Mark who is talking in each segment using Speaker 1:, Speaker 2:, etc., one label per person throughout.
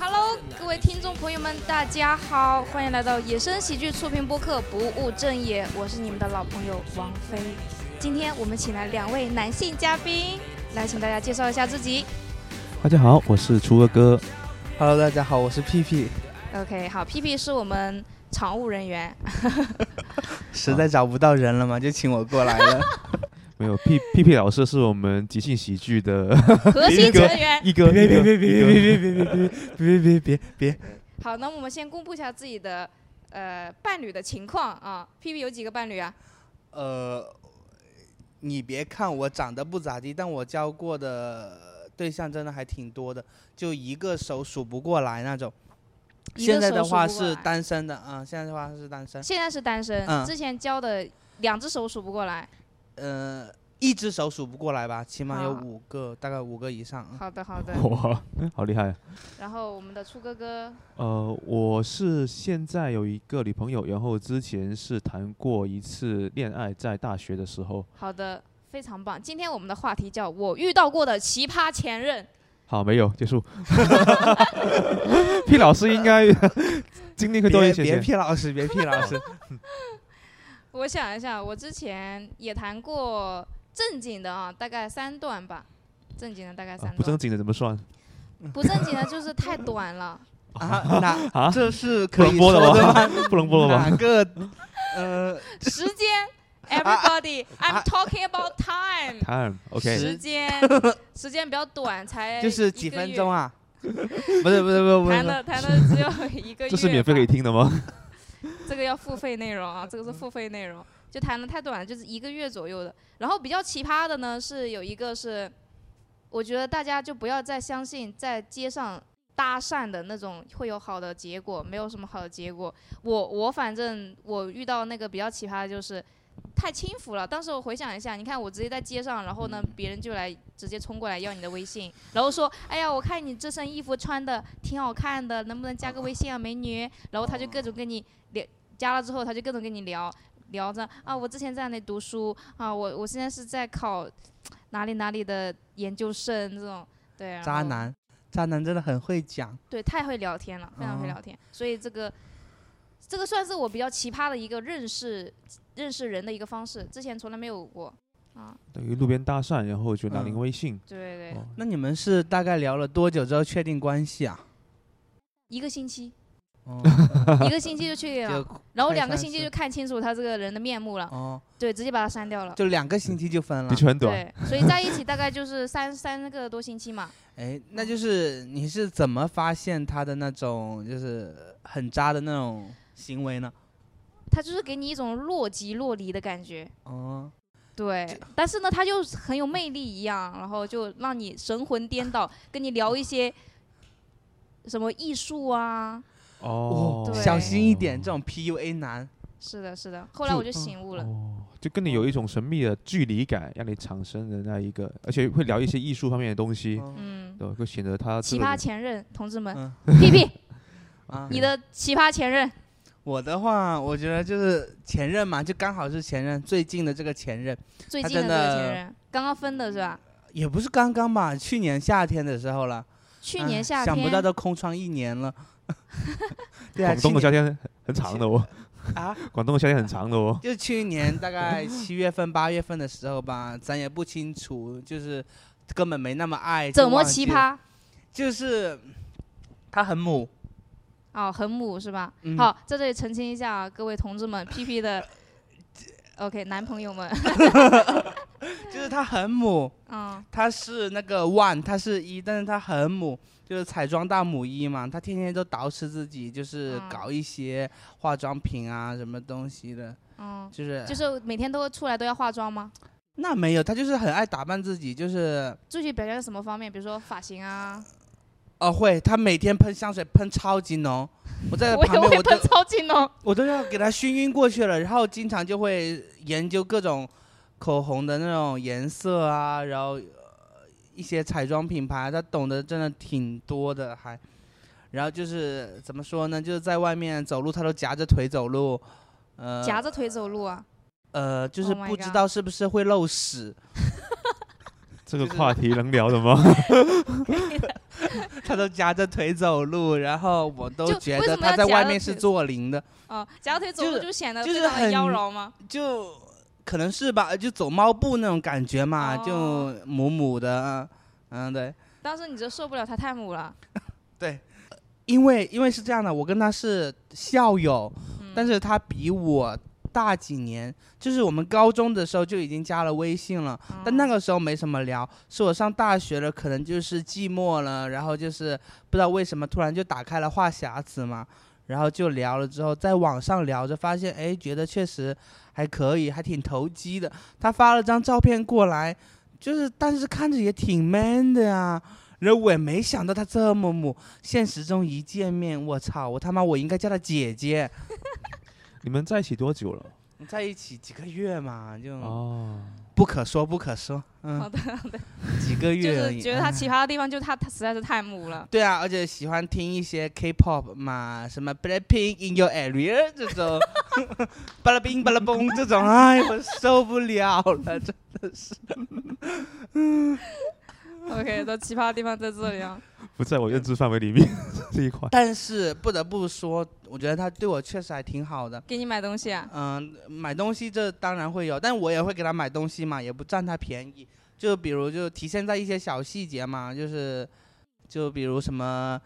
Speaker 1: Hello，各位听众朋友们，大家好，欢迎来到野生喜剧触屏播客不务正业，我是你们的老朋友王菲。今天我们请来两位男性嘉宾，来请大家介绍一下自己。
Speaker 2: 大家好，我是厨哥哥。
Speaker 3: Hello，大家好，我是屁屁，
Speaker 1: OK，好，P P 是我们常务人员，
Speaker 3: 实在找不到人了嘛，就请我过来了。
Speaker 2: 没有屁屁屁老师是我们即兴喜剧的
Speaker 1: 核心成员。
Speaker 2: 一哥，一哥一哥
Speaker 3: 别别别别别别！
Speaker 1: 好，那我们先公布一下自己的呃伴侣的情况啊。P P 有几个伴侣啊？
Speaker 3: 呃，你别看我长得不咋地，但我交过的对象真的还挺多的，就一个手数不过来那种。
Speaker 1: 一个
Speaker 3: 现在
Speaker 1: 手
Speaker 3: 的
Speaker 1: 数
Speaker 3: 话
Speaker 1: 不过
Speaker 3: 是
Speaker 1: 来
Speaker 3: 单身的啊、现在的话是单身。
Speaker 1: 现在是单身，
Speaker 3: 嗯
Speaker 1: 之前交的两只手数不过来。
Speaker 3: 呃，一只手数不过来吧，起码有
Speaker 1: 好
Speaker 3: 五个，大概五个以上。啊。
Speaker 1: 好的，好的。
Speaker 2: 哇，好厉害！
Speaker 1: 然后我们的初哥哥，
Speaker 2: 呃，我是现在有一个女朋友，然后之前是谈过一次恋爱，在大学的时候。
Speaker 1: 好的，非常棒。今天我们的话题叫我遇到过的奇葩前任。
Speaker 2: 好，没有结束。屁老师应该经历会多一
Speaker 3: 别
Speaker 2: 些
Speaker 3: 别
Speaker 2: 些。
Speaker 3: 屁老师，别屁老师，
Speaker 1: 我想一下，我之前也谈过正经的啊，大概三段吧，正经的大概
Speaker 2: 啊
Speaker 1: 三段。
Speaker 2: 不正经的怎么算？
Speaker 1: 不正经的就是太短了。
Speaker 3: 啊，那
Speaker 2: 啊
Speaker 3: 这是
Speaker 2: 不
Speaker 3: 可
Speaker 2: 能
Speaker 3: 以
Speaker 2: 播
Speaker 3: 说
Speaker 2: 了
Speaker 3: 的吗？
Speaker 2: 吧？不能播了吧？
Speaker 3: 哪个？呃，
Speaker 1: 时间，everybody，I'm talking about time。
Speaker 2: 谈 OK，
Speaker 3: 是
Speaker 1: 时间，时间比较短，才
Speaker 3: 就是几分钟。啊？不是不是不是不是
Speaker 1: 谈
Speaker 3: 不是，
Speaker 1: 了谈了只有一个 月吧，
Speaker 2: 这是免费可以听的吗？
Speaker 1: 这个要付费内容啊，这个是付费内容，就谈的太短了，就是一个月左右的。然后比较奇葩的呢，是有一个是，我觉得大家就不要再相信在街上搭讪的那种会有好的结果，没有什么好的结果。我我反正我遇到那个比较奇葩的就是。太轻浮了，当时我回想一下，你看我直接在街上，然后
Speaker 3: 嗯
Speaker 1: 呢，别人就来直接冲过来要你的微信，然后说，哎呀，我看你这身衣服穿的挺好看的，能不能加个微信啊，美女？然后他就各种跟你加了之后，他就各种跟你聊聊着啊，我之前在哪里读书啊，我我现在是在考哪里哪里的研究生这种，对，然
Speaker 3: 渣
Speaker 1: 后，
Speaker 3: 男，渣男真的很会讲。
Speaker 1: 对，太会聊天了，非常会
Speaker 3: 哦
Speaker 1: 聊天，所以这个这个算是我比较奇葩的一个认识认识人的一个方式，之前从来没有过啊，
Speaker 2: 等于路边搭讪，然后就拿您
Speaker 3: 嗯
Speaker 2: 微信。
Speaker 1: 对对，
Speaker 2: 哦
Speaker 3: 那你们是大概聊了多久之后确定关系啊？
Speaker 1: 一个星期
Speaker 3: 哦，
Speaker 1: 一个星期就确定了，
Speaker 3: 就
Speaker 1: 然后
Speaker 3: 快
Speaker 1: 两个
Speaker 3: 三
Speaker 1: 星期
Speaker 3: 十
Speaker 1: 就看清楚他这个人的面目了，
Speaker 3: 哦，
Speaker 1: 对，直接把他删掉了。
Speaker 3: 就两个星期就分了
Speaker 2: 的。确很短，
Speaker 1: 嗯对，所以在一起大概就是三三个多星期嘛，
Speaker 3: 哎，那就是你是怎么发现他的那种就是很渣的那种行为呢？
Speaker 1: 他就是给你一种若即若离的感觉，
Speaker 3: 哦，
Speaker 1: 对。但是呢，他就很有魅力一样，然后就让你神魂颠倒，跟你聊一些什么艺术啊，
Speaker 2: 哦，
Speaker 1: 对
Speaker 3: 小心一点，这种 PUA 男。
Speaker 1: 是的，是的。后来我就醒悟了，
Speaker 2: 哦，就跟你有一种神秘的距离感，让你产生的那一个，而且会聊一些艺术方面的东西，
Speaker 3: 哦
Speaker 1: 嗯，
Speaker 2: 对，会显得他
Speaker 1: 奇
Speaker 2: 这个
Speaker 1: 葩
Speaker 2: 人
Speaker 1: 前任，同志 们
Speaker 3: 嗯
Speaker 1: 屁屁，
Speaker 3: 啊，
Speaker 1: 你的奇葩前任，
Speaker 3: 我的话，我觉得就是前任嘛，就刚好是前任，最近的这个前任。
Speaker 1: 最
Speaker 3: 他
Speaker 1: 近的这
Speaker 3: 真
Speaker 1: 个前
Speaker 3: 的
Speaker 1: 任，刚刚分的是吧？
Speaker 3: 也不是刚刚吧，去年夏天的时候了。
Speaker 1: 去
Speaker 3: 哎
Speaker 1: 年夏
Speaker 3: 想不到
Speaker 1: 天，
Speaker 3: 都空窗一年 了。对啊，
Speaker 2: 广东
Speaker 3: 去
Speaker 2: 的夏
Speaker 3: 年
Speaker 2: 天很长的哦，
Speaker 3: 啊，
Speaker 2: 广东的夏天很长 的哦，
Speaker 3: 就去年大概七月份、八月份的时候吧，咱也不清楚，就是根本没那么爱。就
Speaker 1: 怎么
Speaker 3: 忘
Speaker 1: 奇
Speaker 3: 记了？
Speaker 1: 葩？
Speaker 3: 就是他很母，
Speaker 1: 哦，很母是吧？
Speaker 3: 嗯
Speaker 1: 好，在这里澄清一下啊，各位同志们，P P 的，OK，男朋友们，
Speaker 3: 就是他很母，
Speaker 1: 嗯，
Speaker 3: 他是那个 one，他是一，但是他很母，就是彩妆大母一嘛，他天天都捯饬自己，就是
Speaker 1: 嗯
Speaker 3: 搞一些化妆品啊什么东西的，
Speaker 1: 嗯，
Speaker 3: 就是
Speaker 1: 就是每天都出来都要化妆吗？
Speaker 3: 那没有，他就是很爱打扮自己，就是
Speaker 1: 具体表现在什么方面？比如说发型啊，
Speaker 3: 哦，会，他每天喷香水喷超级浓，我在
Speaker 1: 我
Speaker 3: 旁
Speaker 1: 也
Speaker 3: 边
Speaker 1: 会
Speaker 3: 我都
Speaker 1: 喷超哦级浓。
Speaker 3: 我都要给他熏晕过去了，然后经常就会研究各种口红的那种颜色啊，然后、呃一些彩妆品牌，啊他懂得真的挺多的，还，然后就是怎么说呢，就是在外面走路他都夹着腿走路，呃，
Speaker 1: 夹着腿走路啊，
Speaker 3: 呃，就是
Speaker 1: Oh my
Speaker 3: 不知
Speaker 1: God
Speaker 3: 道是不是会漏屎，
Speaker 2: 这个
Speaker 3: 就是
Speaker 2: 话题能聊的吗？
Speaker 3: 他都夹着腿走路，然后我都
Speaker 1: 就
Speaker 3: 觉
Speaker 1: 为
Speaker 3: 得
Speaker 1: 什么
Speaker 3: 他
Speaker 1: 要
Speaker 3: 在
Speaker 1: 夹
Speaker 3: 外
Speaker 1: 着
Speaker 3: 面
Speaker 1: 腿
Speaker 3: 是做零的，
Speaker 1: 啊，夹腿走
Speaker 3: 就
Speaker 1: 路
Speaker 3: 是
Speaker 1: 就显得
Speaker 3: 就
Speaker 1: 非
Speaker 3: 是
Speaker 1: 常的妖
Speaker 3: 很
Speaker 1: 娆吗？
Speaker 3: 就可能是吧，就走猫步那种感觉嘛，
Speaker 1: 哦
Speaker 3: 就母母的，嗯，对
Speaker 1: 当时你就受不了他太母了，
Speaker 3: 对，因为因为是这样的，我跟他是校友，
Speaker 1: 嗯
Speaker 3: 但是他比我大几年，就是我们高中的时候就已经加了微信了，但那
Speaker 1: 嗯
Speaker 3: 个时候没什么聊，是我上大学了，可能就是寂寞了，然后就是不知道为什么突然就打开了话匣子嘛，然后就聊了之后，在网上聊着，发现哎，觉得确实还可以，还挺投机的。他发了张照片过来，就是但是看着也挺 man 的呀。然后我也没想到他这么母，现实中一见面，我操，我他妈我应该叫他姐姐。
Speaker 2: 你们在一起多久了？
Speaker 3: 你在一起几个月嘛，
Speaker 1: 嗯
Speaker 3: 就、
Speaker 2: 哦，
Speaker 3: 不可说不可说，嗯，
Speaker 1: 好的好的，
Speaker 3: 几个
Speaker 1: 就
Speaker 3: 月而已。
Speaker 1: 是觉得他
Speaker 3: 哎
Speaker 1: 奇葩的地方就是他他实在是太母了。
Speaker 3: 对啊，而且喜欢听一些 K-pop 嘛，什么 Blackpink in your area 这种， 巴拉冰巴拉嘣这种，哎，我受不了了，这
Speaker 1: OK，都奇葩的地方在这里啊。
Speaker 2: 不在我认知范围里面 这一块。
Speaker 3: 但是不得不说，我觉得他对我确实还挺好的。
Speaker 1: 给你买东西 啊？
Speaker 3: 嗯，买东西这当然会有，但我也会给他买东西嘛，也不占他便宜。就比如就体现在一些小细节嘛，就是就比如什么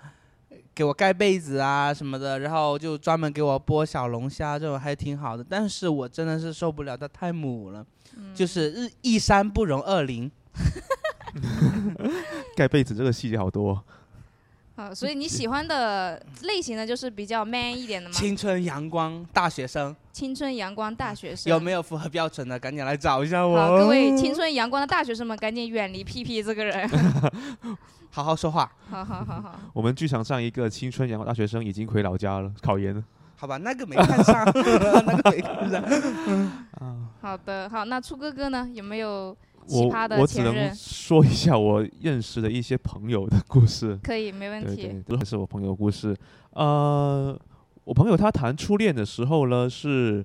Speaker 3: 呃给我盖被子啊什么的，然后就专门给我剥小龙虾这种还挺好的。但是我真的是受不了，他太母了，
Speaker 1: 嗯
Speaker 3: 就是日一山不容二林。
Speaker 2: 盖被子这个细节好多，哦
Speaker 1: 啊，所以你喜欢的类型呢，就是比较 man 一点的嘛，
Speaker 3: 青春阳光大学生
Speaker 1: 青春阳光大学生。
Speaker 3: 有没有符合标准的？赶紧来找一下我，
Speaker 1: 好，各
Speaker 3: 哦
Speaker 1: 位青春阳光的大学生们，赶紧远离屁屁这个人。
Speaker 3: 好好说话。
Speaker 1: 好好好好，
Speaker 2: 我们剧场上一个青春阳光大学生已经回老家了，考研了
Speaker 3: 好吧，那个没看上， 那个没看上。
Speaker 2: 啊。
Speaker 1: 好的，好，那初哥哥呢，有没有奇
Speaker 2: 我
Speaker 1: 葩的
Speaker 2: 我只
Speaker 1: 前
Speaker 2: 能
Speaker 1: 任
Speaker 2: 说一下我认识的一些朋友的故事。
Speaker 1: 可以没问
Speaker 2: 对
Speaker 1: 题？
Speaker 2: 对，这是我朋友的故事。呃，我朋友他谈初恋的时候呢，是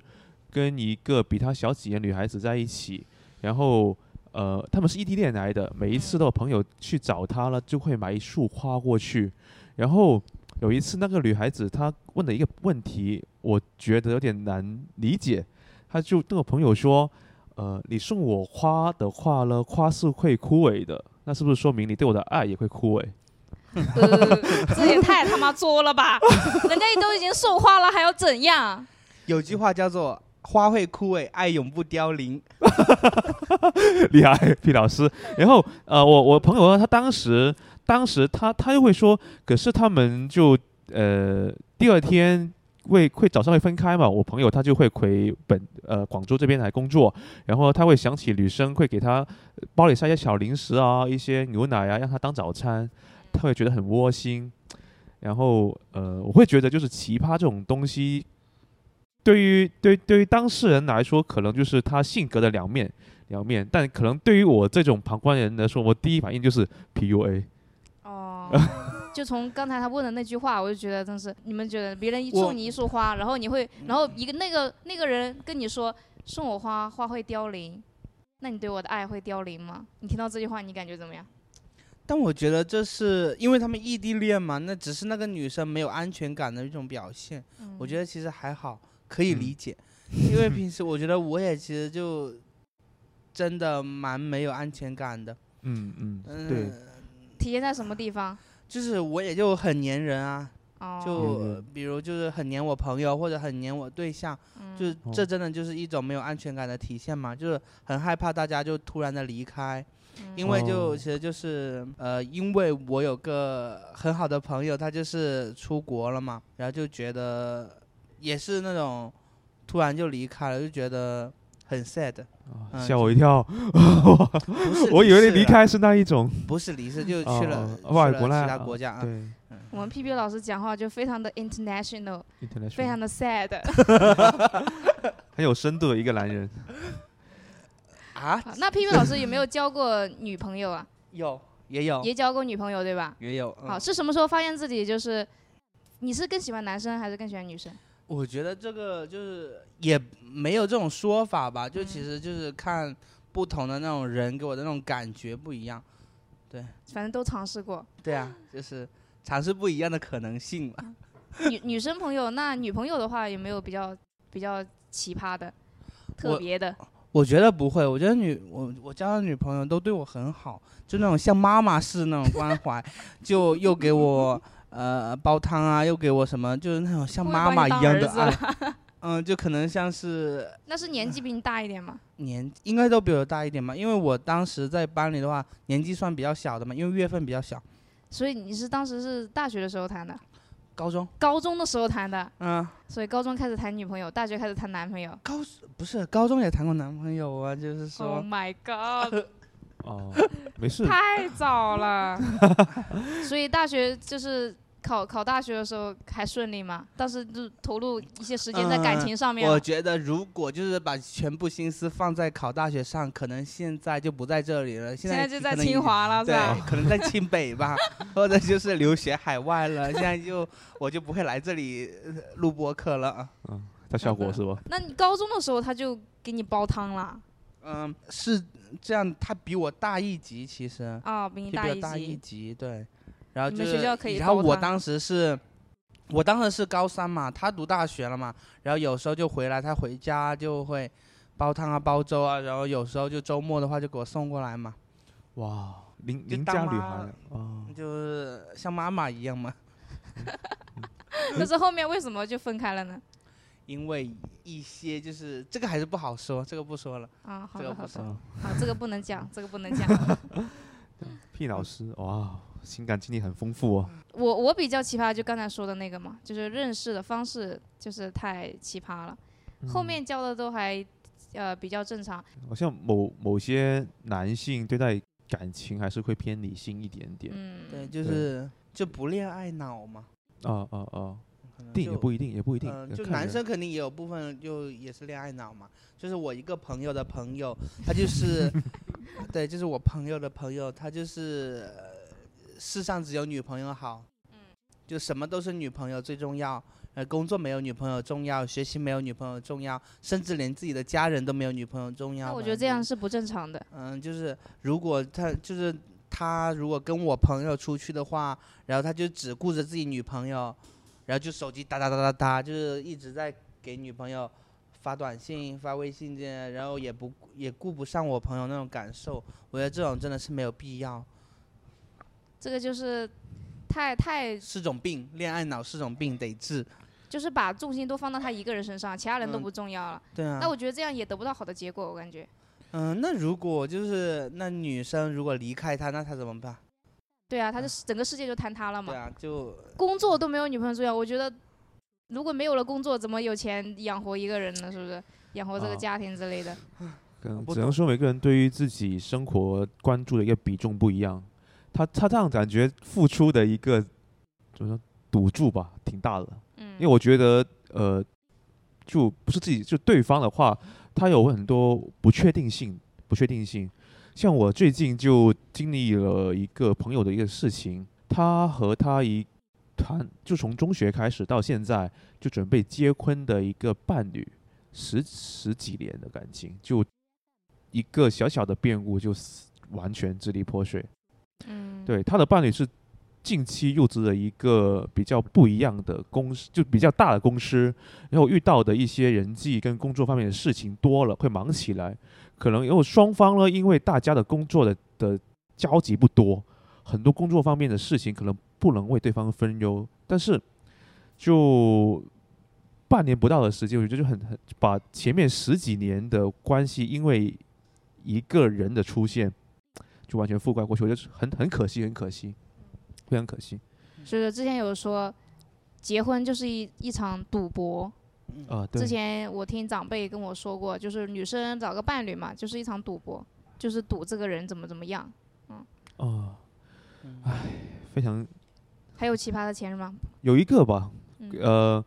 Speaker 2: 跟一个比他小几年女孩子在一起，然后呃，他们是异地恋来的。每一次
Speaker 1: 嗯
Speaker 2: 都有朋友去找他了，就会买一束花过去。然后有一次，那个女孩子她问了一个问题，我觉得有点难理解，她就对我朋友说。呃，你送我花的话呢，花是会枯萎的，那是不是说明你对我的爱也会枯萎？
Speaker 1: 呃，这也太他妈作了吧！ 人家都已经送花了，还要怎样？
Speaker 3: 有句话叫
Speaker 1: 嗯
Speaker 3: 做“花会枯萎，爱永不凋零
Speaker 2: 厉害，皮老师。然后呃，我我朋友呢，他当时当时他他又会说，可是他们就呃第二天会会早上会分开嘛。我朋友他就会回本呃广州这边来工作，然后他会想起女生会给他呃包里塞一些小零食啊，一些牛奶啊，让他当早餐，他会觉得很窝心。然后呃，我会觉得就是奇葩这种东西。对于对对于当事人来说，可能就是他性格的两面，两面，但可能对于我这种旁观人来说，我第一反应就是 PUA。
Speaker 1: 哦，就从刚才他问的那句话，我就觉得真是，你们觉得别人一
Speaker 3: 我
Speaker 1: 送你一束花，然后你会，然后一个那个那个人跟你说送我花，花会凋零，那你对我的爱会凋零吗？你听到这句话，你感觉怎么样？”。
Speaker 3: 但我觉得这是因为他们异地恋嘛，那只是那个女生没有安全感的一种表现。
Speaker 1: 嗯
Speaker 3: 我觉得其实还好，可以理解，因为平时我觉得我也其实就真的蛮没有安全感的。
Speaker 2: 嗯嗯，
Speaker 3: 嗯，
Speaker 2: 对，
Speaker 1: 体现在什么地方？
Speaker 3: 就是我也就很粘人啊，
Speaker 1: 哦，
Speaker 3: 就、
Speaker 2: 嗯
Speaker 3: 呃比如就是很黏我朋友或者很黏我对象，
Speaker 1: 嗯
Speaker 3: 就是
Speaker 2: 哦
Speaker 3: 这真的就是一种没有安全感的体现嘛，就是很害怕大家就突然的离开，
Speaker 1: 嗯
Speaker 3: 因为就
Speaker 2: 哦
Speaker 3: 其实就是呃，因为我有个很好的朋友，他就是出国了嘛，然后就觉得也是那种突然就离开了，就觉得很 sad，嗯
Speaker 2: 吓我一跳，
Speaker 3: 不 是
Speaker 2: 我以为
Speaker 3: 世
Speaker 2: 你离
Speaker 3: 了，
Speaker 2: 开是那一种。
Speaker 3: 不是离世就去
Speaker 2: 哦
Speaker 3: 了
Speaker 2: 哦外
Speaker 3: 去
Speaker 2: 国
Speaker 3: 了
Speaker 2: 啦
Speaker 3: 其他国家啊，
Speaker 2: 对
Speaker 1: 我们 P P 老师讲话就非常的 international，
Speaker 2: ，international，
Speaker 1: 非常的 sad。
Speaker 2: 很有深度的一个男人。
Speaker 3: 啊
Speaker 1: 好那 P P 老师有没有交过女朋友啊？
Speaker 3: 有也有
Speaker 1: 也交过女朋友对吧？
Speaker 3: 也有，哦嗯
Speaker 1: 好，是什么时候发现自己就是？你是更喜欢男生还是更喜欢女生？
Speaker 3: 我
Speaker 2: 嗯
Speaker 3: 觉得这个就是也没有这种说法吧，就其实就是看不同的那种人给我的那种感觉不一样。
Speaker 1: 反正都尝试 过。
Speaker 3: 对啊，就是尝试不一样的可能性嘛。
Speaker 1: 女女生朋友，那女朋友的话有没有比较比较奇葩的、特
Speaker 3: 我
Speaker 1: 别的？
Speaker 3: 我觉得不会，我觉得女我我交的女朋友都对我很好，就那种像妈妈式那种关怀，就又给我呃煲汤啊，又给我什么，就是那种像
Speaker 1: 不会
Speaker 3: 妈
Speaker 1: 把你
Speaker 3: 妈
Speaker 1: 当
Speaker 3: 一样
Speaker 1: 儿
Speaker 3: 的
Speaker 1: 子
Speaker 3: 爱。嗯，就可能像是
Speaker 1: 那是年 纪比你大一点吗？
Speaker 3: 年应该都比我大一点吧，因为我当时在班里的话，年纪算比较小的嘛，因为月份比较小，
Speaker 1: 所以你是当时是大学的时候谈的，
Speaker 3: 高中，
Speaker 1: 高中的时候谈的，
Speaker 3: 嗯，
Speaker 1: 所以高中开始谈女朋友，大学开始谈男朋友。
Speaker 3: 高不是高中也谈过男朋友啊，就是说
Speaker 1: Oh my god！
Speaker 2: 哦， 没事，
Speaker 1: 太早了。所以大学就是考考大学的时候还顺利吗？当时就投入一些时间在感情上面了。
Speaker 3: 嗯我觉得如果就是把全部心思放在考大学上，可能现在就不在这里了。现
Speaker 1: 现在
Speaker 3: 在
Speaker 1: 就在
Speaker 3: 可能已
Speaker 1: 清
Speaker 3: 经，
Speaker 1: 华了，是吧？
Speaker 3: 对，可能在清北吧， 或者就是留学海外 了。现在就我就不会来这里呃录播客了啊。
Speaker 2: 它效果是吧？
Speaker 1: 那你高中的时候他就给你煲汤了
Speaker 3: 嗯，是这样，他比我大一级，其实
Speaker 1: 啊，比你
Speaker 3: 就比
Speaker 1: 大
Speaker 3: 我
Speaker 1: 一
Speaker 3: 大一
Speaker 1: 级。
Speaker 3: 级，对。然后
Speaker 1: 你
Speaker 3: 就
Speaker 1: 们
Speaker 3: 是，
Speaker 1: 学校可以
Speaker 3: 然后
Speaker 1: 包
Speaker 3: 我
Speaker 1: 他
Speaker 3: 当时是。我当时是高三嘛，他读大学了嘛，然后有时候就回来，他回家就会煲汤啊、煲粥啊，然后有时候就周末的话就给我送过来嘛，
Speaker 2: 哇，邻
Speaker 3: 就
Speaker 2: 邻
Speaker 3: 当
Speaker 2: 家女
Speaker 3: 妈
Speaker 2: 孩
Speaker 3: 嗯
Speaker 2: 哦，
Speaker 3: 就是像妈妈一样嘛。
Speaker 1: 可是后面为什么就分开了呢？
Speaker 3: 因为一些就是这个还是不好说，这个不说了，
Speaker 1: 啊，好
Speaker 3: 这个
Speaker 1: 的
Speaker 3: 不
Speaker 1: 好
Speaker 3: 说
Speaker 1: 的，
Speaker 3: 了。
Speaker 1: 啊，这个不能讲，这个不能讲。
Speaker 2: 屁老师，哇，情感经历很丰富哦。
Speaker 1: 我我比较奇葩，就刚才说的那个嘛，就是认识的方式就是太奇葩了，
Speaker 3: 嗯
Speaker 1: 后面交的都还呃比较正常，
Speaker 2: 嗯好像某某些男性对待感情还是会偏理性一点点。
Speaker 1: 嗯，
Speaker 3: 对，就
Speaker 2: 对
Speaker 3: 是就不恋爱脑嘛，
Speaker 2: 啊啊啊！
Speaker 3: 可能
Speaker 2: 定也
Speaker 3: 就
Speaker 2: 不一定，也不一定。
Speaker 3: 嗯、
Speaker 2: 要
Speaker 3: 就
Speaker 2: 看
Speaker 3: 男
Speaker 2: 人
Speaker 3: 生肯定也有部分就也是恋爱脑嘛。就是我一个朋友的朋友，他就是， 对，就是我朋友的朋友，他就是、呃世上只有女朋友好，
Speaker 1: 嗯
Speaker 3: 就什么都是女朋友最重要。呃，工作没有女朋友重要，学习没有女朋友重要，甚至连自己的家人都没有女朋友重要。
Speaker 1: 那我
Speaker 3: 反
Speaker 1: 觉得
Speaker 3: 正
Speaker 1: 这
Speaker 3: 就
Speaker 1: 样是不正常的。
Speaker 3: 嗯，就是如果他就是他如果跟我朋友出去的话，然后他就只顾着自己女朋友，然后就手机哒哒哒哒哒，就是一直在给女朋友发短信、发微信这样，然后也不也顾不上我朋友那种感受。我觉得这种真的是没有必要，
Speaker 1: 这个就是太太
Speaker 3: 是种病，恋爱脑是种病，得治。
Speaker 1: 就是把重心都放到他一个人身上，其他人都
Speaker 3: 嗯
Speaker 1: 不重要了。
Speaker 3: 对啊，
Speaker 1: 那我觉得这样也得不到好的结果，我感觉。
Speaker 3: 嗯，那如果就是那女生如果离开他，那他怎么办？
Speaker 1: 对啊，他
Speaker 3: 嗯
Speaker 1: 的整个世界就坍塌了
Speaker 3: 对
Speaker 1: 嘛。
Speaker 3: 啊，就
Speaker 1: 工作都没有女朋友重要，我觉得如果没有了工作，怎么有钱养活一个人呢？是不是？养活这
Speaker 2: 啊
Speaker 1: 个家庭之类的。
Speaker 2: 可能
Speaker 3: 不
Speaker 2: 只能
Speaker 3: 懂
Speaker 2: 说每个人对于自己生活关注的一个比重不一样。他他这样感觉付出的一个怎么说赌注吧，挺大的。
Speaker 1: 嗯，
Speaker 2: 因为我觉得呃，就不是自己，就对方的话，他有很多不确定性，不确定性。像我最近就经历了一个朋友的一个事情，他和他一谈，就从中学开始到现在，就准备结婚的一个伴侣，十十几年的感情，就一个小小的变故就死完全支离破碎。
Speaker 1: 嗯，
Speaker 2: 对，他的伴侣是近期入职了一个比较不一样的公司，就比较大的公司，然后遇到的一些人际跟工作方面的事情多了，会忙起来。可能因为双方呢，因为大家的工作的的交集不多，很多工作方面的事情可能不能为对方分忧，但是就。半年不到的时间，我觉得就很很把前面十几年的关系，因为一个人的出现，就完全覆盖过去，我觉得很很可惜，很可惜，
Speaker 1: 嗯
Speaker 2: 非常可惜
Speaker 1: 就是之前有说，结婚就是一一场赌博。
Speaker 2: 啊、对
Speaker 1: 之，前我听长辈跟我说过，就是女生找个伴侣嘛，就是一场赌博，就是赌这个人怎么怎么样。
Speaker 2: 啊，唉，非常
Speaker 1: 还有奇葩的前任吗？
Speaker 2: 有一个吧，
Speaker 1: 嗯
Speaker 2: 呃，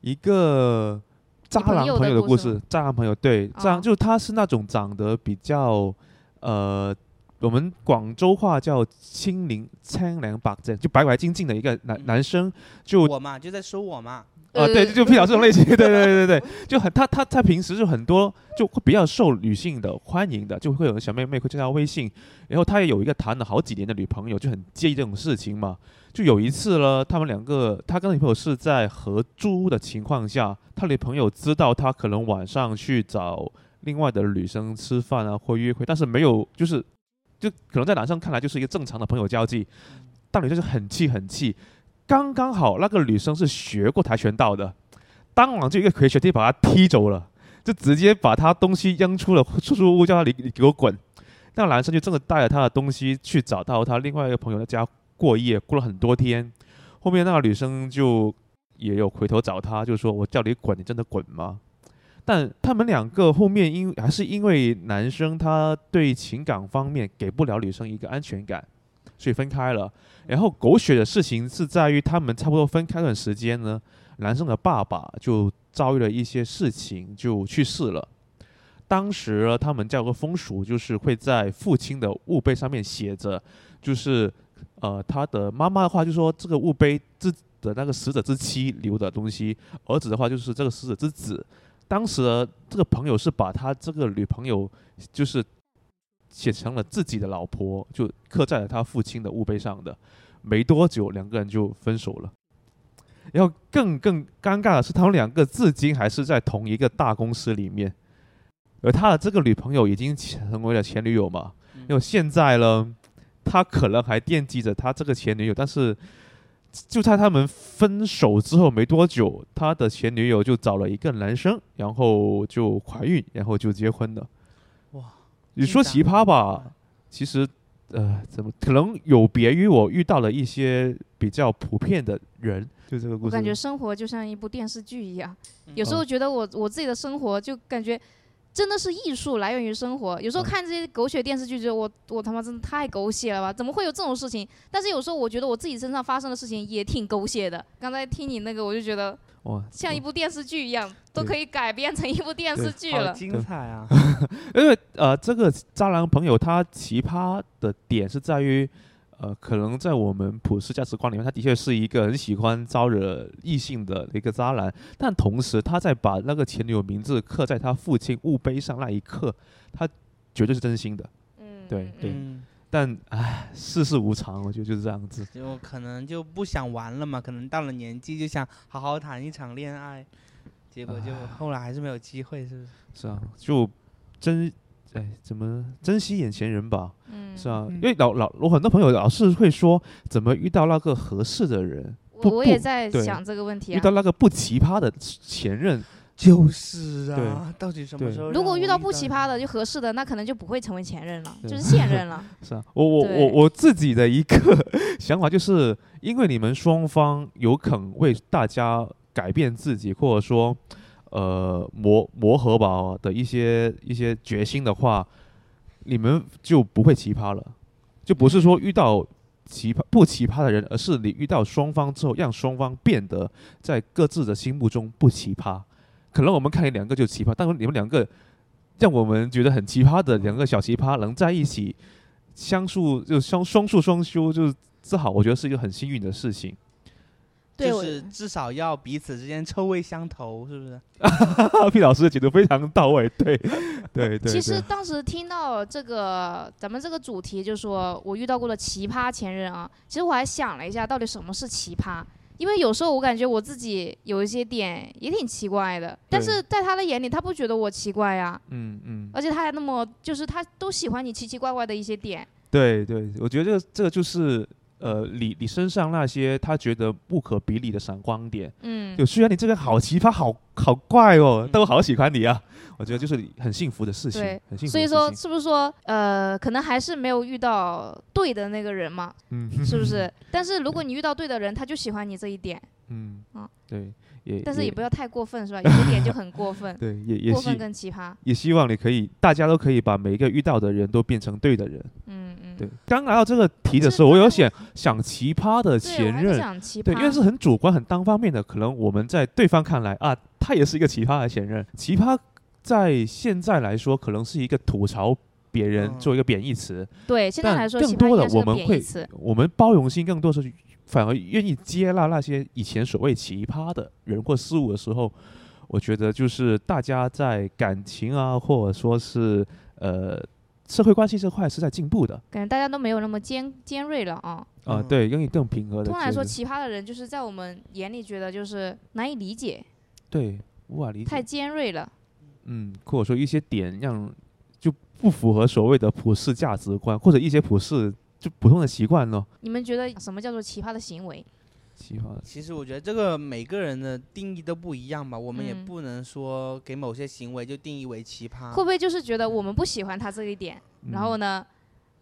Speaker 2: 一个渣
Speaker 1: 朋
Speaker 2: 男
Speaker 1: 友
Speaker 2: 朋
Speaker 1: 的
Speaker 2: 友的
Speaker 1: 故
Speaker 2: 故
Speaker 1: 事哦
Speaker 2: 事，渣男朋友对，渣、
Speaker 1: 啊
Speaker 2: 就他是那种长得比较呃我们广州话叫清灵清凉白净，就白白净净的一个男
Speaker 3: 嗯
Speaker 2: 男生，就
Speaker 3: 我嘛就在说我嘛，
Speaker 2: 啊，
Speaker 1: 呃
Speaker 2: 对，就皮老师这种类型，对对对对对，就很他他他平时就很多就会比较受女性的欢迎的，就会有小妹妹会加他微信，然后他也有一个谈了好几年的女朋友，就很介意这种事情嘛。就有一次呢，他们两个，他跟女朋友是在合租的情况下，他女朋友知道他可能晚上去找另外的女生吃饭啊或约会，但是没有就是就可能在男生看来就是一个正常的朋友交际，大女生就是很气很气，刚刚好那个女生是学过跆拳道的，当晚就一个回旋踢把她踢走了，就直接把她东西扔出了出租屋，叫她你你给我滚。那个男生就真的带着他的东西去找到他另外一个朋友的家过夜，过了很多天。后面那个女生就也有回头找他，就说：“我叫你滚，你真的滚吗？”但他们两个后面因还是因为男生他对情感方面给不了女生一个安全感，所以分开了。然后狗血的事情是在于他们差不多分开段时间呢，男生的爸爸就遭遇了一些事情，就去世了。当时呢他们家有个风俗，就是会在父亲的墓碑上面写着，就是呃他的妈妈的话就说这个墓碑之的那个死者之妻留的东西，儿子的话就是这个死者之子。当时呢这个朋友是把他这个女朋友就是写成了自己的老婆，就刻在了他父亲的墓碑上的。没多久，两个人就分手了。然后更更尴尬的是，他们两个至今还是在同一个大公司里面，而他的这个女朋友已经成为了前女友嘛。
Speaker 3: 嗯
Speaker 2: 因为现在呢，他可能还惦记着他这个前女友，但是就在他们分手之后没多久，他的前女友就找了一个男生，然后就怀孕，然后就结婚了。
Speaker 3: 哇，
Speaker 2: 你说奇葩吧，其实，呃，怎么可能有别于我遇到了一些比较普遍的人？就这个故
Speaker 1: 我
Speaker 2: 事，
Speaker 1: 感觉生活就像一部电视剧一样，
Speaker 3: 嗯
Speaker 1: 有时
Speaker 2: 哦
Speaker 1: 候觉得我我自己的生活就感觉真的是艺术来源于生活。有时候
Speaker 2: 嗯
Speaker 1: 看这些狗血电视剧，觉得我我他妈真的太狗血了吧？怎么会有这种事情？但是有时候我觉得我自己身上发生的事情也挺狗血的。刚才听你那个，我就觉得
Speaker 2: 哇，哦
Speaker 1: 像一部电视剧一样，都
Speaker 2: 对
Speaker 1: 可以改编成一部电视剧
Speaker 3: 好
Speaker 1: 了。
Speaker 3: 精彩啊！
Speaker 2: 因为呃，这个渣男朋友他奇葩的点是在于，呃，可能在我们普世价值观里面，他的确是一个很喜欢招惹异性的一个渣男，但同时他在把那个前女友名字刻在他父亲墓碑上那一刻，他绝对是真心的。
Speaker 1: 嗯，
Speaker 2: 对
Speaker 1: 嗯
Speaker 2: 对
Speaker 1: 嗯
Speaker 3: 嗯，
Speaker 2: 但唉，世事无常，我觉得就是这样子。
Speaker 3: 就可能就不想玩了嘛，可能到了年纪就想好好谈一场恋爱，结果就后来还是没有机会，是不是？
Speaker 2: 是啊，就珍哎怎么珍惜眼前人吧，
Speaker 1: 嗯
Speaker 2: 是啊，
Speaker 3: 嗯
Speaker 2: 因为老老我很多朋友老是会说怎么遇到那个合适的人，
Speaker 1: 我
Speaker 2: 不
Speaker 1: 我也
Speaker 2: 不
Speaker 1: 在
Speaker 2: 对
Speaker 1: 想这个问题
Speaker 2: 遇
Speaker 1: 啊。
Speaker 2: 到那个不奇葩的前任，
Speaker 3: 就是啊
Speaker 2: 对，
Speaker 3: 到底什么
Speaker 2: 对
Speaker 3: 时候让我？
Speaker 1: 如果遇到不奇葩的就合适的，那可能就不会成为前任了，
Speaker 2: 对
Speaker 1: 就是现任 了。
Speaker 2: 是啊，我我我
Speaker 1: 对
Speaker 2: 我自己的一个 想法就是，因为你们双方有肯为大家改变自己，或者说呃磨磨合吧的一些一些决心的话，你们就不会奇葩了，就不是说遇到奇葩不奇葩的人，而是你遇到双方之后，让双方变得在各自的心目中不奇葩。可能我们看你两个就奇葩，但是你们两个让我们觉得很奇葩的两个小奇葩能在一起相处，就相双宿双修，就是这好，我觉得是一个很幸运的事情。
Speaker 1: 对
Speaker 3: 就
Speaker 1: 我
Speaker 3: 是至少要彼此之间臭味相投，是不是？
Speaker 2: 毕老师解读非常到位， 对对对。
Speaker 1: 其实
Speaker 2: 对
Speaker 1: 当时听到这个咱们这个主题，就说我遇到过的奇葩前任啊，其实我还想了一下，到底什么是奇葩？因为有时候我感觉我自己有一些点也挺奇怪的，但是在他的眼里，他不觉得我奇怪呀、
Speaker 2: 嗯嗯，
Speaker 1: 而且他还那么就是他都喜欢你奇奇怪怪的一些点。
Speaker 2: 对对，我觉得这个这个就是呃，你你身上那些他觉得不可比拟的闪光点，
Speaker 1: 嗯
Speaker 2: 就虽然你这个好奇葩，好好怪哦
Speaker 3: 嗯，
Speaker 2: 但我好喜欢你啊！我觉得就是很幸福的事情
Speaker 1: 对，
Speaker 2: 很幸福的事情。
Speaker 1: 所以说，是不是说，呃，可能还是没有遇到对的那个人嘛，
Speaker 2: 嗯
Speaker 1: 是不 是？但是如果你遇到对的人，他就喜欢你这一点，
Speaker 2: 嗯
Speaker 1: 啊
Speaker 2: 对，也
Speaker 1: 但是也
Speaker 2: 也，
Speaker 1: 不要太过分，是吧？有一点就很过分
Speaker 2: 对，也也
Speaker 1: 过分
Speaker 2: 希
Speaker 1: 更奇葩。
Speaker 2: 也希望你可以，大家都可以把每一个遇到的人都变成对的人。
Speaker 1: 嗯嗯，
Speaker 2: 对，刚拿到这个题的
Speaker 1: 这
Speaker 2: 时候，
Speaker 1: 这
Speaker 2: 我有
Speaker 1: 让
Speaker 2: 想想奇葩的
Speaker 1: 对
Speaker 2: 前
Speaker 1: 我还是
Speaker 2: 任，
Speaker 1: 想奇葩，
Speaker 2: 对，因为是很主观、很单方面的，可能我们在对方看来啊，他也是一个奇葩的前任。奇葩在现在来说，可能是一个吐槽别人
Speaker 3: 嗯
Speaker 2: 做一个贬义词，
Speaker 1: 对，现在
Speaker 2: 但
Speaker 1: 来说，
Speaker 2: 更
Speaker 1: 奇葩
Speaker 2: 多
Speaker 1: 应
Speaker 2: 的
Speaker 1: 该是
Speaker 2: 我
Speaker 1: 个
Speaker 2: 们
Speaker 1: 贬
Speaker 2: 会
Speaker 1: 义词。
Speaker 2: 我们包容心更多是反而愿意接纳那些以前所谓奇葩的人或事物的时候，我觉得就是大家在感情啊，或者说是呃社会关系这块是在进步的
Speaker 1: 感觉大家都没有那么尖尖锐了啊。
Speaker 2: 啊、
Speaker 3: 嗯
Speaker 2: 对，愿意更平和的。
Speaker 1: 通常来说，，奇葩的人就是在我们眼里觉得就是难以理解，
Speaker 2: 对，无法理
Speaker 1: 太
Speaker 2: 解，
Speaker 1: 尖锐了。
Speaker 2: 嗯，或者说一些点让就不符合所谓的普世价值观，或者一些普世就普通的习惯咯。
Speaker 1: 你们觉得什么叫做奇葩的行为？
Speaker 2: 奇葩的，
Speaker 3: 其实我觉得这个每个人的定义都不一样吧，我们也
Speaker 1: 嗯
Speaker 3: 不能说给某些行为就定义为奇葩。
Speaker 1: 会不会就是觉得我们不喜欢他这一点，
Speaker 2: 啊嗯
Speaker 1: 然后呢，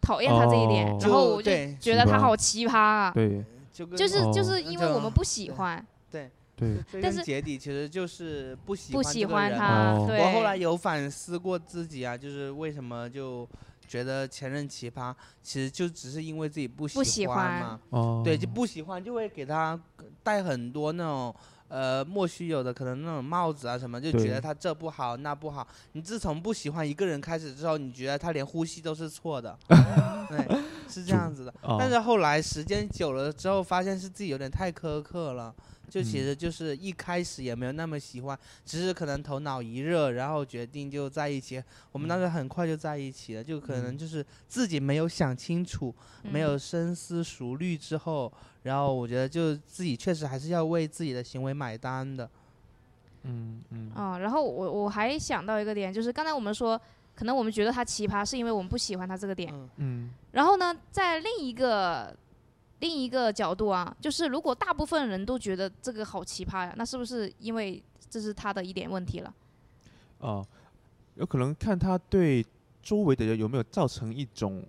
Speaker 1: 讨厌他这一点，
Speaker 2: 哦
Speaker 1: 然后
Speaker 3: 就
Speaker 1: 我就
Speaker 3: 对
Speaker 1: 觉得
Speaker 2: 奇葩
Speaker 1: 他好奇葩啊。
Speaker 2: 对
Speaker 3: 就跟
Speaker 1: 就是
Speaker 2: 哦
Speaker 1: 就是因为我们不喜
Speaker 3: 对
Speaker 1: 欢，
Speaker 2: 对，
Speaker 3: 追
Speaker 1: 但
Speaker 3: 根
Speaker 1: 是
Speaker 3: 结底其实就是不喜
Speaker 1: 不
Speaker 3: 这
Speaker 1: 喜
Speaker 3: 个
Speaker 1: 欢
Speaker 3: 人啊
Speaker 1: 他
Speaker 2: 哦。
Speaker 1: 对，
Speaker 3: 我后来有反思过自己啊，就是为什么就觉得前任奇葩，其实就只是因为自己不
Speaker 1: 不喜
Speaker 3: 喜
Speaker 1: 欢
Speaker 3: 嘛。
Speaker 2: 哦，
Speaker 3: 对，就不喜欢就会给他戴很多那种呃莫须有的可能那种帽子啊什么，就觉
Speaker 2: 对
Speaker 3: 得他这不好那不好。你自从不喜欢一个人开始之后，你觉得他连呼吸都是错的，对，是这
Speaker 2: 主
Speaker 3: 样子的。
Speaker 2: 哦
Speaker 3: 但是后来时间久了之后，发现是自己有点太苛刻了。就其
Speaker 2: 嗯
Speaker 3: 实就是一开始也没有那么喜欢，只是可能头脑一热，然后决定就在一起。我们当
Speaker 1: 嗯
Speaker 3: 时很快就在一起了，就可能就是自己没有想清楚，没有
Speaker 1: 嗯
Speaker 3: 深思熟虑之后，然后我觉得就自己确实还是要为自己的行为买单的。
Speaker 2: 嗯嗯
Speaker 1: 嗯，然后我我还想到一个点，就是刚才我们说，可能我们觉得他奇葩，是因为我们不喜欢他这个点。
Speaker 3: 嗯，
Speaker 2: 嗯，
Speaker 1: 然后呢，在另一个另一个角度啊，就是如果大部分人都觉得这个好奇葩呀，那是不是因为这是他的一点问题了？
Speaker 2: 哦，有可能看他对周围的人有没有造成一种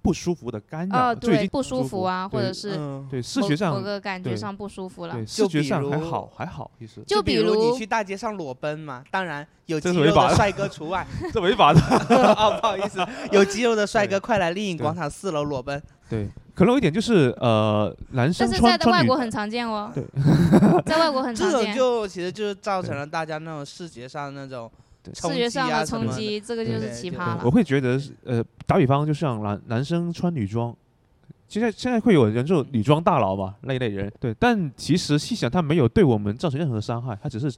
Speaker 2: 不舒服的干扰，
Speaker 1: 啊，
Speaker 2: 就已
Speaker 1: 对，
Speaker 2: 经
Speaker 1: 不舒服啊，或
Speaker 2: 对
Speaker 1: 者是某
Speaker 3: 嗯
Speaker 2: 对视觉
Speaker 1: 某
Speaker 2: 上，
Speaker 1: 个感觉
Speaker 2: 对
Speaker 1: 上不舒服了
Speaker 2: 对。视
Speaker 3: 就
Speaker 2: 觉
Speaker 3: 比
Speaker 2: 上还
Speaker 3: 如
Speaker 2: 好，还好，其 实
Speaker 1: 就
Speaker 3: 比
Speaker 1: 比
Speaker 3: 你
Speaker 1: 如
Speaker 3: 去大街上裸奔嘛，当然有
Speaker 2: 这
Speaker 3: 肌
Speaker 2: 是违
Speaker 3: 肉
Speaker 2: 法
Speaker 3: 的
Speaker 2: 的
Speaker 3: 帅哥除外。
Speaker 2: 这 违法的。 啊
Speaker 3: 哦，不好意思，有肌肉的帅
Speaker 2: 对
Speaker 3: 哥，快来丽影
Speaker 2: 对
Speaker 3: 广场四楼裸奔。
Speaker 2: 对，可能有一点就是呃，男
Speaker 1: 但
Speaker 2: 生
Speaker 1: 是
Speaker 2: 穿
Speaker 1: 在
Speaker 2: 穿
Speaker 1: 外
Speaker 2: 女
Speaker 1: 国很常见哦，在外国很
Speaker 3: 这
Speaker 1: 常
Speaker 3: 种
Speaker 1: 见，
Speaker 3: 就其实就是造成
Speaker 2: 对
Speaker 3: 了大家那种视觉上那种
Speaker 2: 对
Speaker 3: 冲
Speaker 1: 视
Speaker 3: 击
Speaker 1: 觉上
Speaker 3: 啊
Speaker 1: 的
Speaker 3: 什
Speaker 1: 冲
Speaker 3: 么的。
Speaker 1: 击，这个就
Speaker 2: 对
Speaker 1: 是奇
Speaker 3: 对
Speaker 1: 葩
Speaker 2: 我
Speaker 1: 了。
Speaker 2: 会觉得是呃，打比方，就像男男生穿女装，现在现在会有人做女装大佬嘛那一类人，对，但其实细想，他没有对我们造成任何伤害，他只是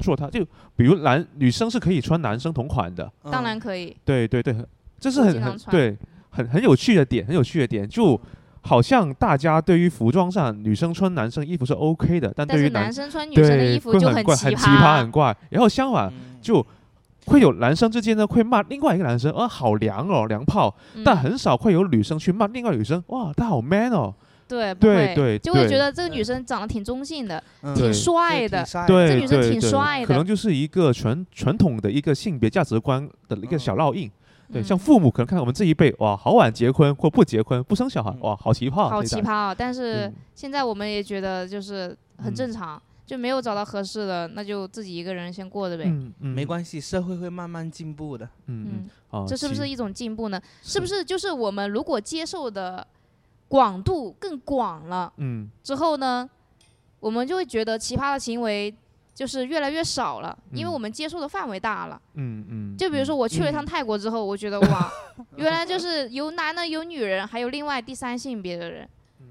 Speaker 2: 做他就比如男女生是可以穿男生同款的，
Speaker 3: 嗯
Speaker 1: 当然可以，
Speaker 2: 对对对，这是
Speaker 1: 我
Speaker 2: 很
Speaker 1: 经常
Speaker 2: 很
Speaker 1: 穿
Speaker 2: 对很很有趣的点，很有趣的点，就好像大家对于服装上女生穿男生衣服是 OK 的，但
Speaker 1: 但
Speaker 2: 对于
Speaker 1: 是
Speaker 2: 男
Speaker 1: 男生穿女生的
Speaker 2: 对
Speaker 1: 衣服就
Speaker 2: 会很怪
Speaker 1: 奇
Speaker 2: 很葩很怪，然后相反
Speaker 3: 嗯
Speaker 2: 就会有男生之间呢会骂另外一个男生，啊好凉哦凉泡，
Speaker 1: 嗯
Speaker 2: 但很少会有女生去骂另外女生，哇他好 man 哦，
Speaker 1: 对，不
Speaker 2: 对
Speaker 1: 会
Speaker 2: 对
Speaker 1: 就会
Speaker 2: 对嗯
Speaker 1: 觉得这个女生长得挺中性的，
Speaker 3: 嗯
Speaker 2: 对
Speaker 1: 挺帅
Speaker 3: 对
Speaker 1: 的
Speaker 3: 挺，帅的
Speaker 1: 这
Speaker 2: 对
Speaker 1: 女生
Speaker 2: 对
Speaker 1: 挺帅
Speaker 2: 对，可
Speaker 1: 的
Speaker 2: 能就是一个传传统的一个性别价值观的一个
Speaker 3: 嗯
Speaker 2: 小烙印。对，
Speaker 1: 嗯
Speaker 2: 像父母可能看我们这一辈，哇，好晚结婚或不结婚，不生小孩
Speaker 3: 嗯，
Speaker 2: 哇，好奇葩，
Speaker 1: 好
Speaker 2: 这一
Speaker 1: 奇
Speaker 2: 代，
Speaker 1: 葩啊！但是
Speaker 2: 嗯
Speaker 1: 现在我们也觉得就是很正常，就没有找到合适的，那就自己一个人先过着呗。
Speaker 2: 嗯嗯，
Speaker 3: 没关系，社会会慢慢进步的。
Speaker 2: 嗯嗯
Speaker 1: 嗯，
Speaker 2: 啊，
Speaker 1: 这是不
Speaker 2: 其
Speaker 1: 是一种进步呢？是不是就是我们如果接受的广度更广了
Speaker 2: 嗯
Speaker 1: 之后呢，我们就会觉得奇葩的行为就是越来越少了，因为
Speaker 2: 嗯
Speaker 1: 我们接受的范围大了。
Speaker 2: 嗯嗯，
Speaker 1: 就比如
Speaker 2: 嗯
Speaker 1: 说，我去了一趟
Speaker 3: 嗯
Speaker 1: 泰国之后，我觉得哇， 原来就是有男的有女人，还有另外第三性别的人，
Speaker 2: 嗯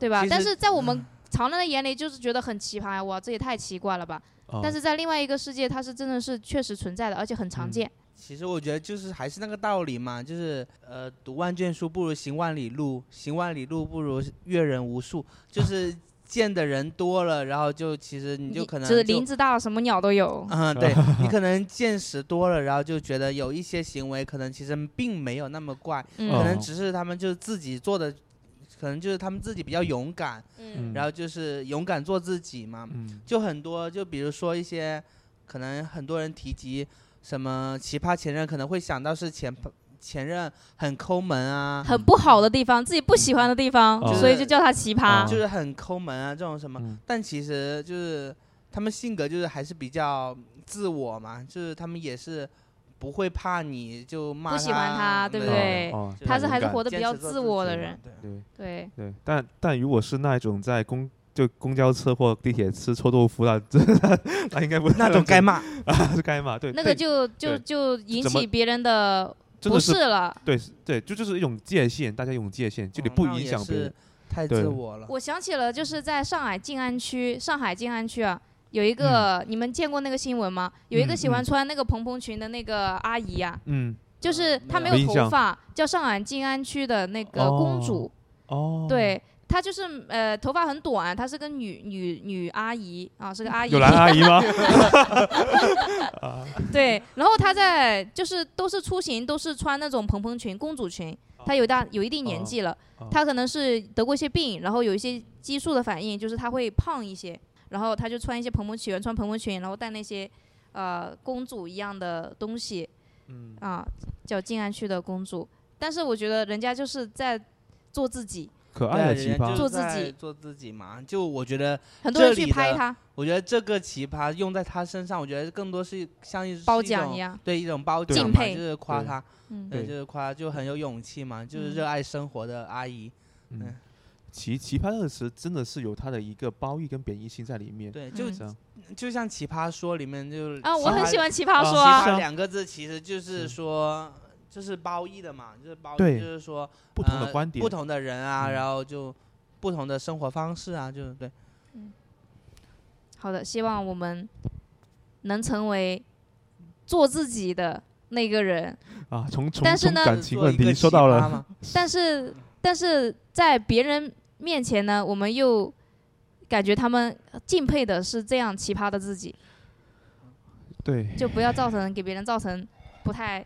Speaker 1: 对吧
Speaker 3: 其？
Speaker 1: 但
Speaker 3: 实
Speaker 1: 是在我
Speaker 3: 嗯
Speaker 1: 们常人的眼里，就是觉得很奇葩，哇，这也太奇怪了吧！
Speaker 3: 哦
Speaker 2: 啊
Speaker 1: 但是在另外一个世界，它是真的是确实存在的，而且很常
Speaker 2: 嗯
Speaker 1: 见。
Speaker 3: 其实我觉得就是还是那个道理嘛，就是呃，读万卷书不如行万里路，行万里路不如阅人无数，就是见的人多了，然后就其实你就可能
Speaker 1: 就是
Speaker 3: 就
Speaker 1: 林子大了，什么鸟都有。
Speaker 3: 嗯，对你可能见识多了，然后就觉得有一些行为可能其实并没有那么怪，可
Speaker 1: 嗯
Speaker 3: 能只是他们就是自己做的，可能就是他们自己比较勇敢，
Speaker 1: 嗯
Speaker 3: 然后就是勇敢做自己嘛，
Speaker 2: 嗯
Speaker 3: 就很多，就比如说一些，可能很多人提及什么奇葩前任，可能会想到是前前任很抠门啊，
Speaker 1: 很不好的地方，自己不喜欢的地方，
Speaker 2: 哦
Speaker 1: 所以就叫他奇葩。
Speaker 2: 哦
Speaker 3: 就是很抠门啊这种什么，
Speaker 2: 嗯
Speaker 3: 但其实就是他们性格就是还是比较自我嘛，就是他们也是不会怕你就骂
Speaker 1: 不喜欢他
Speaker 3: 他，啊
Speaker 1: 对不
Speaker 2: 哦
Speaker 1: 对
Speaker 2: 哦
Speaker 3: 就
Speaker 1: 他是
Speaker 2: 很
Speaker 1: 还是
Speaker 2: 勇敢
Speaker 1: 活得
Speaker 3: 坚
Speaker 1: 比较
Speaker 3: 持做
Speaker 1: 自
Speaker 3: 己
Speaker 1: 我的
Speaker 3: 嘛
Speaker 1: 人，
Speaker 3: 对
Speaker 2: 对
Speaker 1: 对，
Speaker 2: 对，但但如果是那种在公就公交车或地铁吃臭豆腐那 这那应该不
Speaker 3: 那种该骂，
Speaker 2: 啊是该嘛？对，
Speaker 1: 那个
Speaker 2: 对
Speaker 1: 就就
Speaker 2: 对
Speaker 1: 就引
Speaker 2: 怎么
Speaker 1: 起别人的
Speaker 2: 真
Speaker 1: 不
Speaker 2: 的是
Speaker 1: 是了。
Speaker 2: 对对，就就是一种界限，大家一种界限，这里
Speaker 3: 哦
Speaker 2: 不
Speaker 3: 那
Speaker 2: 影
Speaker 3: 也
Speaker 2: 响别
Speaker 3: 是
Speaker 2: 人。
Speaker 3: 太
Speaker 2: 对
Speaker 3: 自我了。
Speaker 1: 我想起了，就是在上海静安区，上海静安区啊，有一个、你们见过那个新闻吗？有一
Speaker 2: 嗯
Speaker 1: 个喜
Speaker 2: 嗯
Speaker 1: 欢穿那个蓬蓬裙的那个阿姨啊，
Speaker 2: 嗯，
Speaker 1: 就是
Speaker 3: 没
Speaker 1: 她
Speaker 3: 有
Speaker 1: 没
Speaker 2: 没
Speaker 1: 有
Speaker 2: 印象
Speaker 1: 头发，叫上海静安区的那个
Speaker 2: 哦
Speaker 1: 公主，
Speaker 2: 哦，，
Speaker 1: 对。她就是呃，头发很短，她是个女女女阿姨啊，是个阿姨。
Speaker 2: 有蓝阿姨吗？
Speaker 1: 对，然后她在就是都是出行都是穿那种蓬蓬裙、公主裙，
Speaker 3: 哦
Speaker 1: 她有大有一定年纪了
Speaker 2: 哦哦，
Speaker 1: 她可能是得过一些病，然后有一些激素的反应，就是她会胖一些，然后她就穿一些蓬蓬裙，穿蓬蓬裙，然后带那些呃公主一样的东西，
Speaker 2: 嗯，
Speaker 1: 啊，叫静安区的公主，但是我觉得人家就是在做自己，
Speaker 2: 可
Speaker 3: 对啊
Speaker 2: 爱的
Speaker 3: 人
Speaker 2: 奇
Speaker 3: 家就
Speaker 2: 葩
Speaker 1: 做
Speaker 3: 是
Speaker 1: 自
Speaker 3: 在
Speaker 1: 己
Speaker 3: 做自己嘛。就我觉得，
Speaker 1: 很多人
Speaker 3: 这
Speaker 1: 去
Speaker 3: 里的
Speaker 1: 拍她
Speaker 3: 我觉得这个奇葩用在他身上，我觉得更多是像一
Speaker 1: 褒
Speaker 3: 是
Speaker 1: 奖
Speaker 3: 种
Speaker 1: 一样，
Speaker 3: 对一种褒
Speaker 2: 对
Speaker 3: 奖
Speaker 1: 敬
Speaker 3: 嘛，
Speaker 1: 佩
Speaker 3: 就是夸
Speaker 2: 对
Speaker 3: 他，
Speaker 1: 嗯，
Speaker 3: 对，
Speaker 2: 对
Speaker 3: 就是夸他就很有勇气嘛，就是
Speaker 1: 嗯
Speaker 3: 热爱生活的阿姨。
Speaker 2: 嗯
Speaker 3: 嗯，
Speaker 2: 奇奇葩这个词真的是有它的一个褒义跟贬义性在里面。
Speaker 3: 对，就
Speaker 1: 嗯
Speaker 2: 这样
Speaker 3: 就像《奇葩说》里面就
Speaker 1: 啊，我很喜欢奇葩
Speaker 2: 啊
Speaker 1: 说
Speaker 2: 奇
Speaker 1: 啊
Speaker 2: 葩，
Speaker 3: “哦两个字，其实就是
Speaker 2: 是
Speaker 3: 说就是褒义的嘛，就是褒义，
Speaker 2: 对
Speaker 3: 就是说
Speaker 2: 不同的
Speaker 3: 呃
Speaker 2: 观点，
Speaker 3: 不同的人啊，
Speaker 2: 嗯
Speaker 3: 然后就不同的生活方式啊，就是对。
Speaker 1: 好的，希望我们能成为做自己的那个人，
Speaker 2: 啊，从从
Speaker 1: 但是
Speaker 2: 从
Speaker 1: 呢
Speaker 2: 感
Speaker 3: 就是
Speaker 2: 情
Speaker 3: 嗯做
Speaker 2: 问
Speaker 3: 一个
Speaker 2: 题
Speaker 3: 奇
Speaker 2: 说到
Speaker 3: 葩
Speaker 2: 了，
Speaker 3: 嘛
Speaker 1: 但是但是在别人面前呢，我们又感觉他们敬佩的是这样奇葩的自己，
Speaker 2: 对，
Speaker 1: 就不要造成给别人造成不太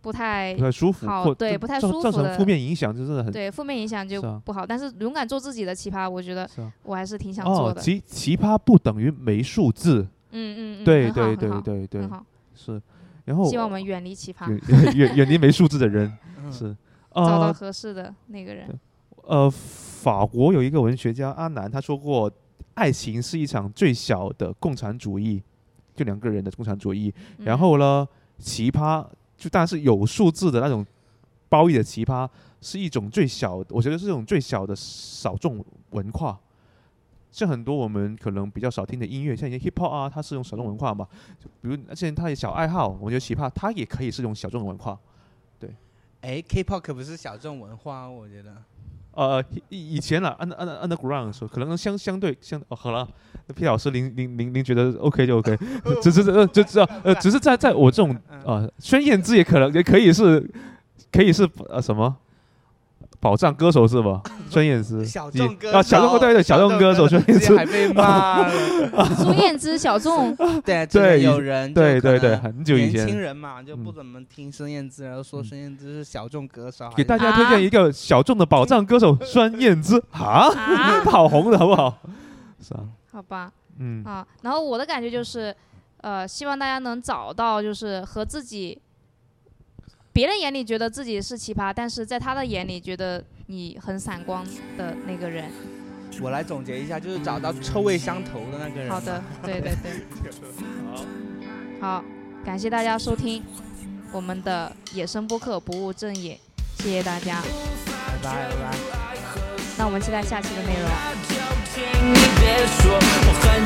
Speaker 1: 不太
Speaker 2: 不太舒服，
Speaker 1: 好
Speaker 2: 或
Speaker 1: 对
Speaker 2: 造
Speaker 1: 不太
Speaker 2: 造
Speaker 1: 舒
Speaker 2: 造
Speaker 1: 服
Speaker 2: 成
Speaker 1: 的
Speaker 2: 负面影响，就真的很
Speaker 1: 对负面影响就是
Speaker 2: 啊
Speaker 1: 不好，但是勇敢做自己的奇葩，我觉得
Speaker 2: 是啊。
Speaker 1: 我还是挺想做
Speaker 2: 哦，
Speaker 1: 的。
Speaker 2: 奇奇葩不等于没数字，
Speaker 1: 嗯嗯嗯，
Speaker 2: 对
Speaker 1: 很好
Speaker 2: 对
Speaker 1: 很好
Speaker 2: 对对对
Speaker 1: 很，好。
Speaker 2: 是。然后
Speaker 1: 希望我们远离奇葩，
Speaker 2: 远远远远离没素质 的人
Speaker 3: 嗯
Speaker 2: 是。
Speaker 1: 找到
Speaker 2: 呃
Speaker 1: 合适的那个人。
Speaker 2: 呃，法国有一个文学家阿南，他说过，爱情是一场最小的共产主义，就两个人的共产主义。然
Speaker 1: 嗯
Speaker 2: 后呢，奇葩就但是有数字的那种褒义的奇葩，是一种最小，我觉得是一种最小的少众文化。像很多我们可能比较少听的音乐，像一些 hip hop 啊，它是一种小众文化嘛。就比如现在他的小爱好，我觉得奇葩，它也可以是一种小众文化。
Speaker 3: 哎，K-pop 可不是小众文化哦，我觉得。
Speaker 2: 呃，以以前啦，under under underground 的时候，可能相相对相哦，好了，那 P 老师您您您您觉得 OK 就 OK，只是呃只知道呃只是在在我这种
Speaker 3: 嗯
Speaker 2: 呃孙燕姿也可能也可以是可以是呃什么宝藏歌手是 吧？孙燕姿
Speaker 3: 小
Speaker 2: 你
Speaker 3: 众歌手，
Speaker 2: 啊小众对对小众歌手孙燕
Speaker 3: 直接
Speaker 2: 姿
Speaker 3: 还 被骂了。
Speaker 1: 苏燕姿、小众，
Speaker 3: 对，真的
Speaker 2: 对
Speaker 3: 有人就
Speaker 2: 对
Speaker 3: 可
Speaker 2: 对对，
Speaker 3: 能
Speaker 2: 很久以
Speaker 3: 年轻
Speaker 2: 前
Speaker 3: 人嘛，就不怎么听孙燕姿，然后说
Speaker 2: 嗯
Speaker 3: 孙燕姿是小众歌手，
Speaker 2: 给大
Speaker 3: 家
Speaker 2: 家推荐一
Speaker 3: 啊
Speaker 2: 个小众的宝藏歌 手孙燕姿啊，
Speaker 1: 啊
Speaker 2: 她好红的好不好？是啊，
Speaker 1: 好吧
Speaker 2: 嗯
Speaker 1: 啊。然后我的感觉就是，呃，希望大家能找到就是和自己，别人眼里觉得自己是奇葩，但是在他的眼里觉得你很闪光的那个人。
Speaker 3: 我来总结一下，就是找到臭味相投的那个人。
Speaker 1: 好 的，，对对对。好，感谢大家收听我们的野生播客不务正业，谢谢大家。
Speaker 3: 拜拜拜拜。
Speaker 1: 那我们期待下期的内容。
Speaker 4: 就请你别说我很